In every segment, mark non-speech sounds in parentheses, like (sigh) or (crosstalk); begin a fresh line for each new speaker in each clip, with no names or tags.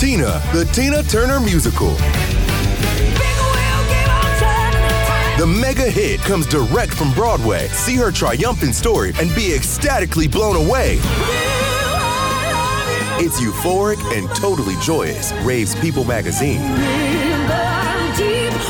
Tina, the Tina Turner Musical. The mega hit comes direct from Broadway. See her triumphant story and be ecstatically blown away. It's euphoric and totally joyous, raves People magazine.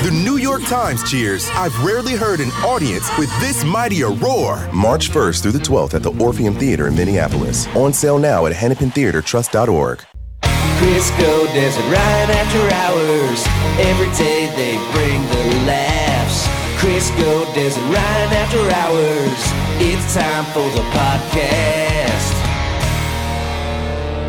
The New York Times cheers, I've rarely heard an audience with this mighty a roar. March 1st through the 12th at the Orpheum Theater in Minneapolis. On sale now at hennepintheatertrust.org.
Crisco does it right after hours. Every day they bring the laughs. Crisco does it right after hours. It's time for the podcast.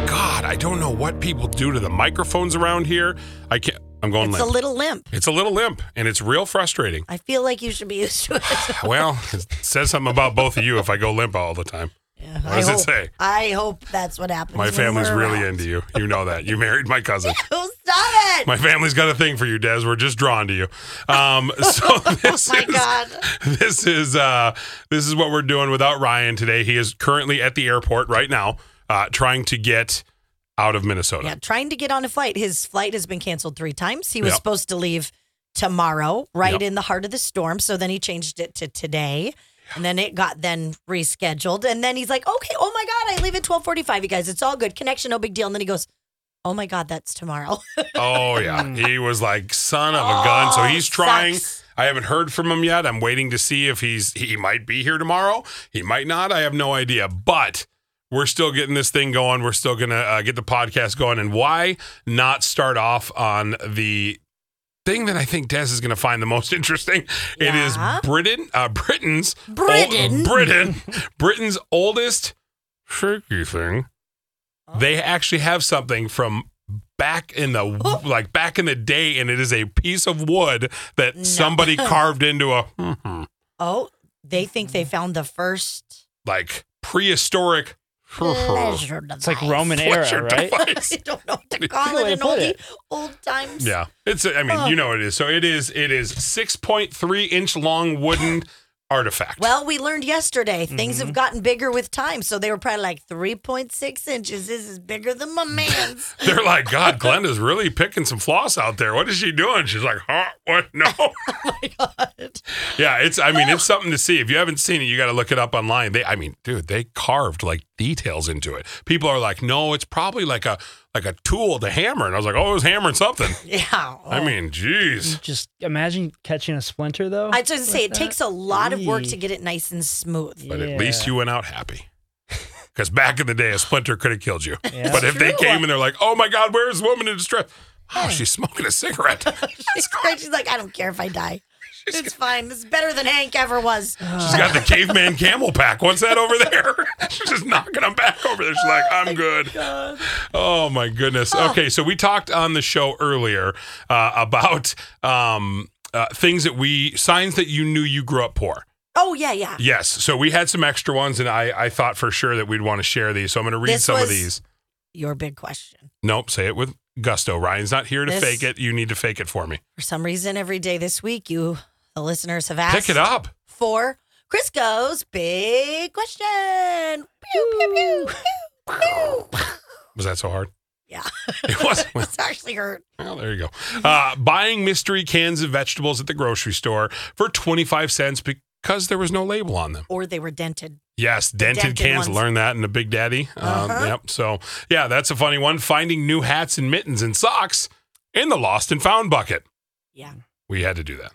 God, I don't know what people do to the microphones around here. I can't. I'm going
It's a
limp.
little limp.
it's a little limp, and it's real frustrating.
I feel like you should be
(laughs)
used to it.
Well, it says something about both of you if I go limp all the time.
Yeah,
What
I
does it
hope,
say?
I hope that's what happens.
My
when
family's
we're
really
around.
into you. You know that. You married my cousin.
Oh, stop it!
My family's got a thing for you, Des. We're just drawn to you. Um,
(laughs)
so this (laughs)
Oh My
is
God.
this is uh, this is what we're doing without Ryan today. He is currently at the airport right now, uh, trying to get out of Minnesota.
Yeah, trying to get on a flight. His flight has been canceled three times. He was
Yeah.
supposed to leave tomorrow, right
Yep.
in the heart of the storm. So then he changed it to today. And then it got then rescheduled. And then he's like, okay, oh my God, I leave at 1245, you guys. It's all good. Connection, no big deal. And then he goes, oh my God, that's tomorrow. (laughs)
Oh yeah, he was like son of a gun. So
Hmm. Oh,
he's trying.
sucks.
I haven't heard from him yet. I'm waiting to see if he's he might be here tomorrow. He might not. I have no idea. But we're still getting this thing going. We're still gonna uh, get the podcast going. And why not start off on the thing that I think Des is gonna find the most (laughs) interesting? It is
Yeah.
Britain, uh, Britain's ol-
Britain?
Britain, Britain's oldest shaky thing. They actually have something from back in the
Oh.
like back in the day, and it is a piece of wood that
(laughs)
somebody carved into a mhm,
oh, they think
Mm-hmm.
they found the first
like prehistoric.
pleasure device.
It's like Roman era,
Pleasure
right?
device.
(laughs) I don't know what to
Good
call
way
it
to
in
put
old,
it.
old times.
Yeah, it's. I
Oh.
mean, you know what it is. So it is. It is six point three inch long
(laughs)
wooden artifact.
Well, we learned yesterday things
Mm-hmm.
have gotten bigger with time. So they were probably like 3.6 inches. This is bigger than my man's.
(laughs) They're like, God, Glenda's really picking some floss out there. What is she doing? She's like, huh? What? (laughs) No. Oh Yeah, it's. I mean, it's something to see. If you haven't seen it, you got to look it up online. They, I mean, dude, they carved like details into it. People are like, no, it's probably like a like a tool to hammer. And I was like, oh, it was hammering something.
yeah.
I mean, jeez.
Just imagine catching a splinter, though.
I was going to say, it takes a lot of work to
Eee.
get it nice and smooth.
But at least you went out happy. Because back in the day, a splinter could have killed you.
Yeah.
But if they
True.
came and they're like, oh my God, where's the woman in distress? Oh, she's smoking a cigarette.
(laughs) She's like, I don't care if
(laughs)
I die. It's fine. It's better than Hank
(sighs)
ever was.
She's got the caveman camel pack. What's that over there? (laughs) She's just knocking them back over there. She's like, I'm good. Oh my goodness. Okay, so we talked on the show earlier uh, about um, uh, things that we signs that you knew you grew up poor.
Oh, yeah, yeah.
Yes. So we had some extra ones, and I I thought for sure that we'd want to share these. So I'm going to read
This
some of
was-
these.
Your big question.
Nope. Say it with gusto. Ryan's not here to
This-
fake it. You need to fake it for me.
For some reason, every day this week, you, the listeners, have asked
Pick it up.
for Crisco's big question. Pew, pew, pew, pew, pew.
(laughs) Was that so hard?
Yeah.
It
(laughs)
wasn't.
It's actually hurt.
Well, there you go.
(laughs)
Uh, buying mystery cans of vegetables at the grocery store for 25 cents because there was no label on them.
Or they were dented.
Yes, dented,
dented
cans.
ones.
Learned that in the Big Daddy. Um,
Uh-huh.
Yep. So, yeah, that's a funny one. Finding new hats and mittens and socks in the lost and found bucket.
Yeah.
We had to do that.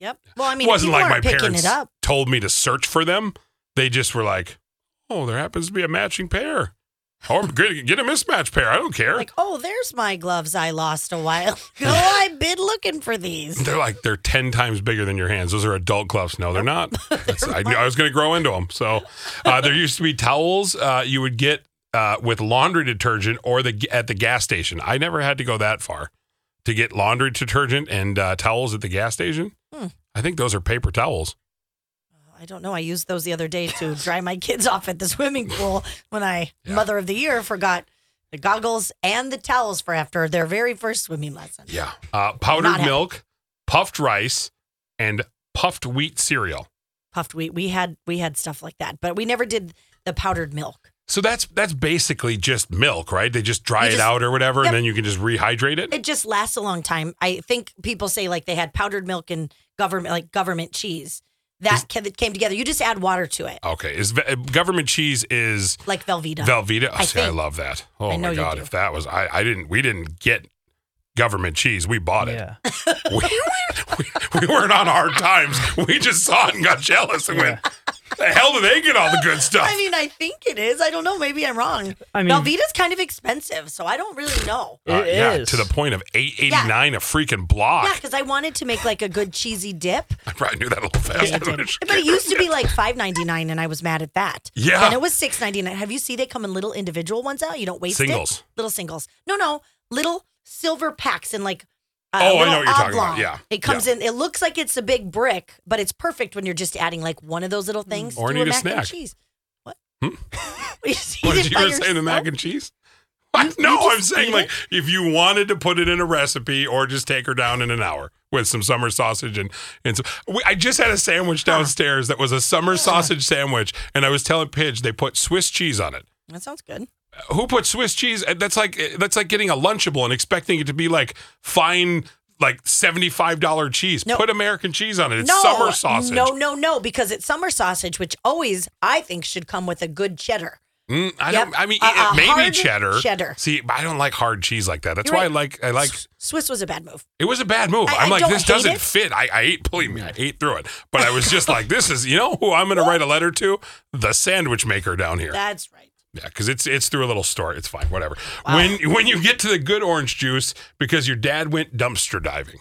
Yep. Well, I
It
mean,
Mm. wasn't
people
like my
aren't picking
parents
it up.
told me to search for them. They just were like, oh, there happens to be a matching pair. Or get get a mismatched pair. I don't care.
Like, oh, there's my gloves I lost
(laughs)
a while ago. I've been looking for these.
They're like they're ten times bigger than your hands. Those are adult gloves. No, they're not. That's- I, knew I was going to grow into them. So uh, there used to be towels uh, you would get uh, with laundry detergent or the at the gas station. I never had to go that far to get laundry detergent and uh, towels at the gas station.
Hmm.
I think those are paper towels.
I don't know. I used those the other day to dry my kids off at the swimming pool when I,
Yeah.
mother of the year, forgot the goggles and the towels for after their very first swimming lesson.
Yeah. Uh, powdered
Not it.
milk, puffed rice, and puffed wheat cereal.
Puffed wheat. We had we had stuff like that, but we never did the powdered milk.
So that's that's basically just milk, right? They just dry
You
it
just-
out or whatever,
Yep.
and then you can just rehydrate it.
It just lasts a long time. I think people say like they had powdered milk and government like government cheese that ca- that came together. You just add water to it,
Okay. Is ve- government cheese is
like Velveeta.
Velveeta? Oh,
I
see, I
think.
love that. Oh
I know
my
you
god,
do.
if that was I, I didn't we didn't get government cheese. We bought it.
Yeah.
We, we, (laughs) we weren't on hard times. We just saw it and got jealous and went, the hell do they get all the good stuff?
(laughs) I mean, I think it is. I don't know. Maybe I'm wrong.
I mean-
Velveeta's kind of expensive, so I don't really know.
It
Uh, yeah,
is.
to the point of eight eighty nine a freaking block.
Yeah, because I wanted to make like a good cheesy dip,
(laughs) I probably knew that a little faster than I should.
but it used to be like five ninety nine, and I was mad at that.
Yeah.
and it was six ninety nine. Have you seen they come in little individual ones out? You don't waste it.
Singles.
little singles. No, no, little silver packs in like. Uh,
Oh, I know
little
what you're talking about.
oblong.
Yeah.
it comes in. It looks like it's a big brick, but it's perfect when you're just adding like one of those little things
Or
to
need a
mac and
snack.
cheese. What?
Hmm?
(laughs) you just
What
eat
did
it
you
by
were saying? The mac
yourself?
and cheese? What? no, I'm
just
saying
eat
like if you wanted to put it in a recipe or just take her down in an hour with some summer sausage and and so we, I just had a sandwich downstairs that was a summer sausage sandwich and I was telling Pidge they put Swiss cheese on it.
That sounds good.
Who put Swiss cheese? Uh, That's like that's like getting a lunchable and expecting it to be like fine like seventy five dollar cheese.
No.
Put American cheese on it. It's
no,
summer sausage.
No, no, no, because it's summer sausage, which always I think should come with a good cheddar.
Mm, I
Yep.
don't. I mean,
A-
it-
a
maybe
hard
cheddar.
cheddar.
See, but I don't like hard cheese like that. That's
You're
why
right.
I like. I like.
Swiss was a bad move.
It was a bad move.
I-
I, am
I
like,
don't
this
hate
doesn't
it.
fit. I, I ate. Believe me, I ate through it. But I was just like, this is. You know who I'm going to write a letter to? The sandwich maker down here.
That's right.
Yeah, because it's it's through a little store. It's fine. Whatever. When when you get to the good orange juice, because your dad went dumpster diving.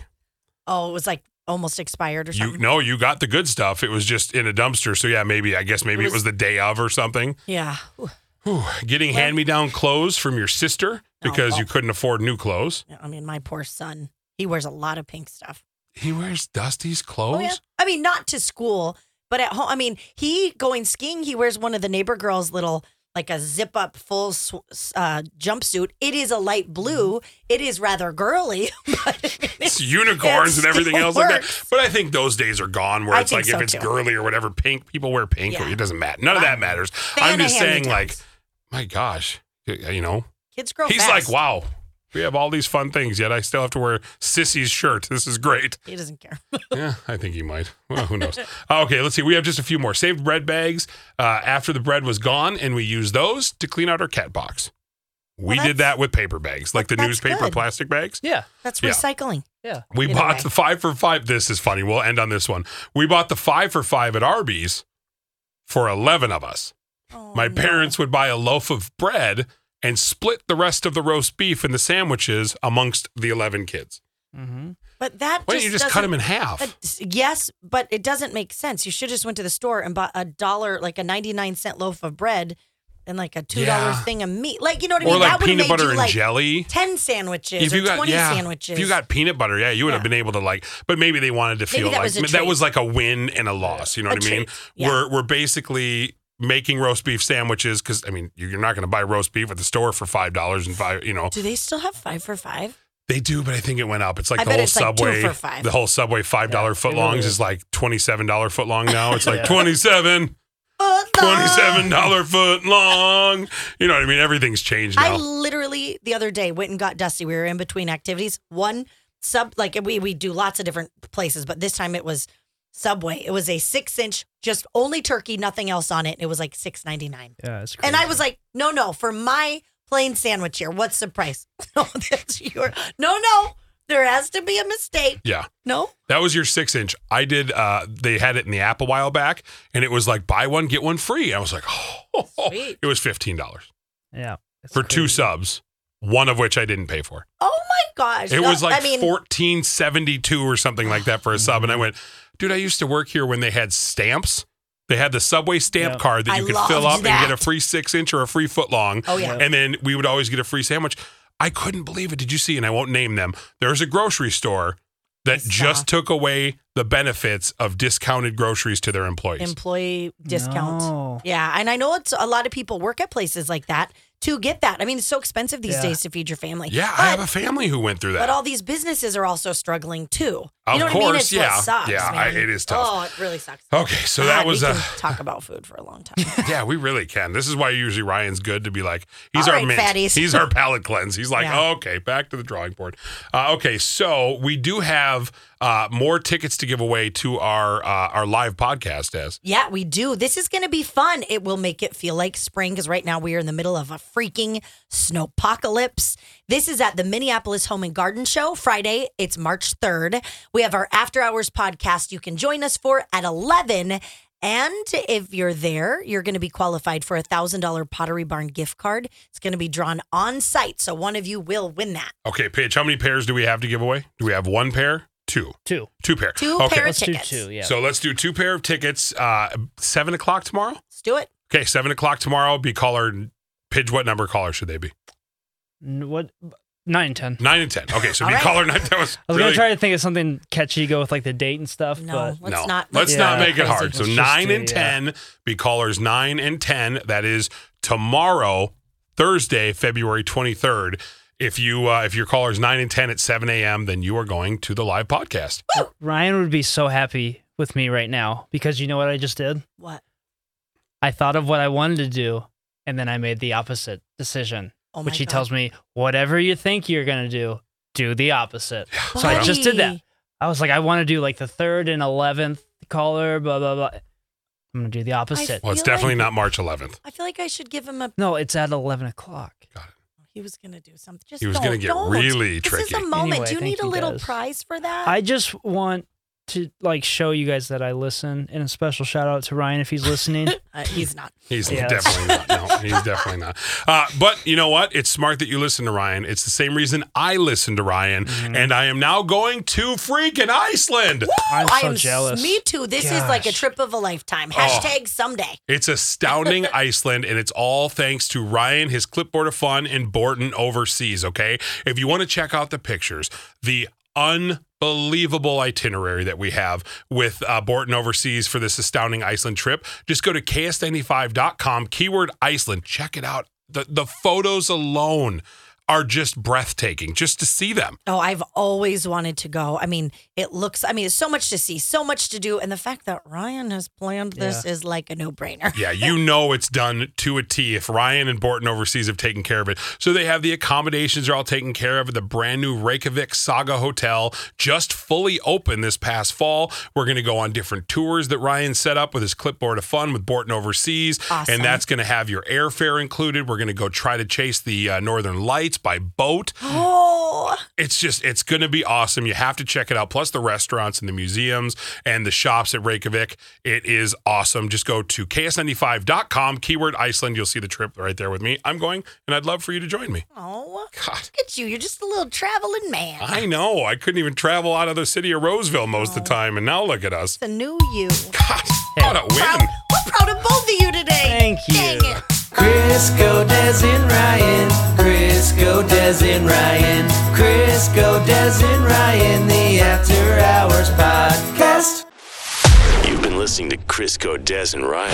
Oh, it was like almost expired or
You
something.
no, you got the good stuff. It was just in a dumpster. So yeah, maybe I guess maybe it
was-
was the day of or something.
yeah. Ooh,
Whew, getting
Well-
hand me down clothes from your sister
No,
because you
well-
couldn't afford new clothes.
I mean, my poor son. He wears a lot of pink stuff.
He wears Dusty's clothes?
Oh yeah. I mean, not to school, but at home. I mean, he going skiing. He wears one of the neighbor girls' little like a zip up full sw- uh, jumpsuit. It is a light blue.
Mm-hmm.
It is rather girly. (laughs) But
(laughs) It's unicorns
It
and everything
still
else like that.
works.
But I think those days are gone where
I
it's
think
like
so,
if it's
too.
girly or whatever, pink, people wear pink. Or
Yeah.
it doesn't matter. None of that matters.
Fan
I'm
of
just saying,
hand-me-downs.
like, my gosh, you know,
kids grow.
he's
fast.
like, wow, we have all these fun things, yet I still have to wear Sissy's shirt. This is
(laughs)
great.
He
(laughs)
doesn't care.
Yeah, I think he might. Well, who knows? (laughs) okay, let's see. We have just a few more saved bread bags uh, after the bread was gone, and we used those to clean out our cat box. We
Well,
did that with paper bags, like the
that's
newspaper
good.
plastic bags.
Yeah.
That's
Yeah.
recycling.
Yeah.
We
In a
bought
way.
the five for five. This is funny. We'll end on this one. We bought the five for five at Arby's for 11 of us.
Oh,
My
no.
parents would buy a loaf of bread and split the rest of the roast beef and the sandwiches amongst the 11 kids.
Mm-hmm.
But that
Why
just
don't you just cut them
doesn't-
in half?
that- yes, but it doesn't make sense. You should just went to the store and bought a dollar, like a ninety-nine cent loaf of bread, and like a two dollar
Yeah.
thing of meat. Like you know what I
or
mean?
like
that would
peanut
have made
butter
you
and
like
jelly.
ten sandwiches or twenty sandwiches.
If you got peanut butter, yeah, you would have
Yeah.
been able to like, but maybe they wanted to feel
that
like
was a
that
treat.
was like a win and a loss. You know
A
what I mean?
treat, yeah.
We're we're basically making roast beef sandwiches because I mean you- you're not going to buy roast beef at the store for five dollars and five. You know
do they still have five for five?
they do, but I think it went up. It's like
I
the
bet
whole
it's like two
subway,
for five.
the whole subway five dollar
Yeah,
footlongs
it really
is
is.
like twenty seven dollar foot long now. (laughs) It's like
Yeah.
twenty seven.
Uh, no.
(laughs) $27 foot long. You know what I mean? Everything's changed now.
I literally the other day went and got Dusty. We were in between activities. One sub, like we we do lots of different places, but this time it was Subway. It was a six inch, just only turkey, nothing else on it. It was like six ninety nine,
Yeah. It's crazy.
and I was like, no, no, for my plain sandwich here, what's the price? (laughs) no, that's your no, no. There has to be a mistake.
yeah.
No,
That was your six inch. I did. Uh, they had it in the app a while back, and it was like buy one get one free. I was like, (laughs) oh,
Sweet.
it was fifteen dollars
yeah. It's
for two
crazy.
subs, one of which I didn't pay for.
oh my gosh,
It
No,
was like
I mean,
fourteen
Mm-hmm.
seventy two or something like that for a sub, and I went, dude, I used to work here when they had stamps. They had the Subway stamp
Yeah.
card that
I
you could fill
loved
up and get a
that.
free six inch or a free foot long.
Oh, yeah.
And then we would always get a free sandwich. I couldn't believe it. Did you see? And I won't name them. There's a grocery store that
saw.
just took away the benefits of discounted groceries to their employees.
employee discount.
No.
Yeah, and I know it's a lot of people work at places like that to get that. I mean, it's so expensive these
Yeah.
days to feed your family.
yeah,
but,
I have a family who went through that.
but all these businesses are also struggling too. You
Of
know what I mean?
course,
It's
yeah.
What sucks,
Yeah, I-
man.
it is tough.
Oh, it really sucks.
okay, so that
God, we
was uh, a.
can talk about food for a long time.
(laughs) Yeah, we really can. This is why usually Ryan's good to be like, he's
All
our
right,
mint.
fatties.
He's our palate cleanse. He's like,
Yeah.
"Oh, okay, back to the drawing board. Uh, okay, so we do have uh, more tickets to give away to our uh, our live podcast, as
Yeah, we do. This is going to be fun. It will make it feel like spring because right now we are in the middle of a freaking snowpocalypse. This is at the Minneapolis Home and Garden Show Friday. It's March 3rd. We have our after hours podcast you can join us for at 11. And if you're there, you're going to be qualified for a $1,000 Pottery Barn gift card. It's going to be drawn on site. So one of you will win that.
Okay, Paige, how many pairs do we have to give away? Do we have one pair? Two.
Two.
Two pair.
Two
okay.
pair of
Let's do
tickets.
two. Yeah.
So let's do two pair of tickets. Uh, seven o'clock tomorrow.
Let's do it.
Okay, seven o'clock tomorrow. Be caller. Pidge, what number caller should they be?
N- what? Nine and ten.
Nine and ten. Okay, so
All
be
right.
caller nine. That was,
I was
really
gonna try to think of something catchy, go with like the date and stuff.
No,
But
let's not.
Let's
Yeah.
not make it
Let's
hard. So
just
nine
do-
and
yeah.
ten be callers nine and ten. That is tomorrow, Thursday, February twenty third. If you uh, if your callers nine and ten at seven a.m., then you are going to the live podcast.
Ryan would be so happy with me right now because you know what I just did?
What?
I thought of what I wanted to do and then I made the opposite decision.
Oh
which
my
he
God.
tells me, whatever you think you're gonna do, do the opposite. So I just did that.
Buddy.
I was like, I want to do like the third and eleventh caller, blah blah blah. I'm gonna do the opposite.
Well, it's
Feel
definitely
like-
not March eleventh.
I feel like I should give him a
no, it's at eleven o'clock.
He was gonna do something. Just
He was
don't,
gonna get
don't.
really
this
tricky.
is a moment.
Anyway,
do you
thank
need a
you
little
guys.
prize for that?
I just want to like show you guys that I listen, and a special shout out to Ryan if he's
(laughs)
listening.
Uh, he's not.
He's
Yeah, that's-
definitely not. No, he's definitely not. Uh, but you know what? It's smart that you listen to Ryan. It's the same reason I listen to Ryan, and I am now going to freaking Iceland.
I'm so
I am s-
jealous.
Me too. This is like a
Gosh.
trip of a lifetime.
Oh.
Hashtag someday.
It's astounding Iceland, and it's all thanks to Ryan, his clipboard of fun, and Borton overseas. Okay. If you want to check out the pictures, the Unbelievable itinerary that we have with uh, Borton Overseas for this astounding Iceland trip. Just go to ks95.com, keyword Iceland. Check it out. The, the photos alone are just breathtaking just to see them.
Oh, I've always wanted to go. I mean, it looks. I mean, it's so much to see, so much to do, and the fact that Ryan has planned this is like a no-brainer.
(laughs) Yeah, you know it's done to a T if Ryan and Borton overseas have taken care of it. So they have the accommodations are all taken care of at the brand new Reykjavik Saga Hotel, just fully open this past fall. We're going to go on different tours that Ryan set up with his clipboard of fun with Borton overseas.
Awesome.
And that's going to have your airfare included. We're going to go try to chase the uh, Northern Lights by boat
(laughs) Oh,
it's just it's going to be awesome. You have to check it out. Plus the restaurants and the museums and the shops at Reykjavik. It is awesome. Just go to ks95.com keyword Iceland. You'll see the trip right there with me. I'm going, and I'd love for you to join me.
oh,
God.
look at you. You're just a little traveling man.
I know I couldn't even travel out of the city of Roseville most of the time, and now look at us.
the new you.
God, what a
Proud,
win!
we're proud of both of you today.
Thank you.
Dang it.
Crisco Des and Ryan. Crisco Des and Ryan. Crisco Des and Ryan. The After Hours Podcast.
You've been listening to Crisco, Des, and Ryan.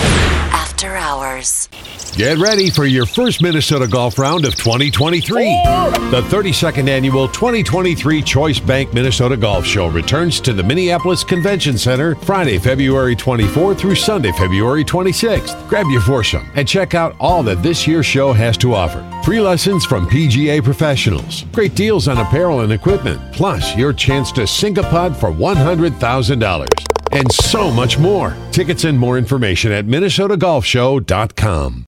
After Hours.
Get ready for your first Minnesota Golf Round of 2023. The 32nd annual 2023 Choice Bank Minnesota Golf Show returns to the Minneapolis Convention Center Friday, February 24 through Sunday, February 26th. Grab your foursome and check out all that this year's show has to offer. Free lessons from PGA professionals, great deals on apparel and equipment, plus your chance to sink a pod for $100,000. And so much more. Tickets and more information at MinnesotaGolfShow.com.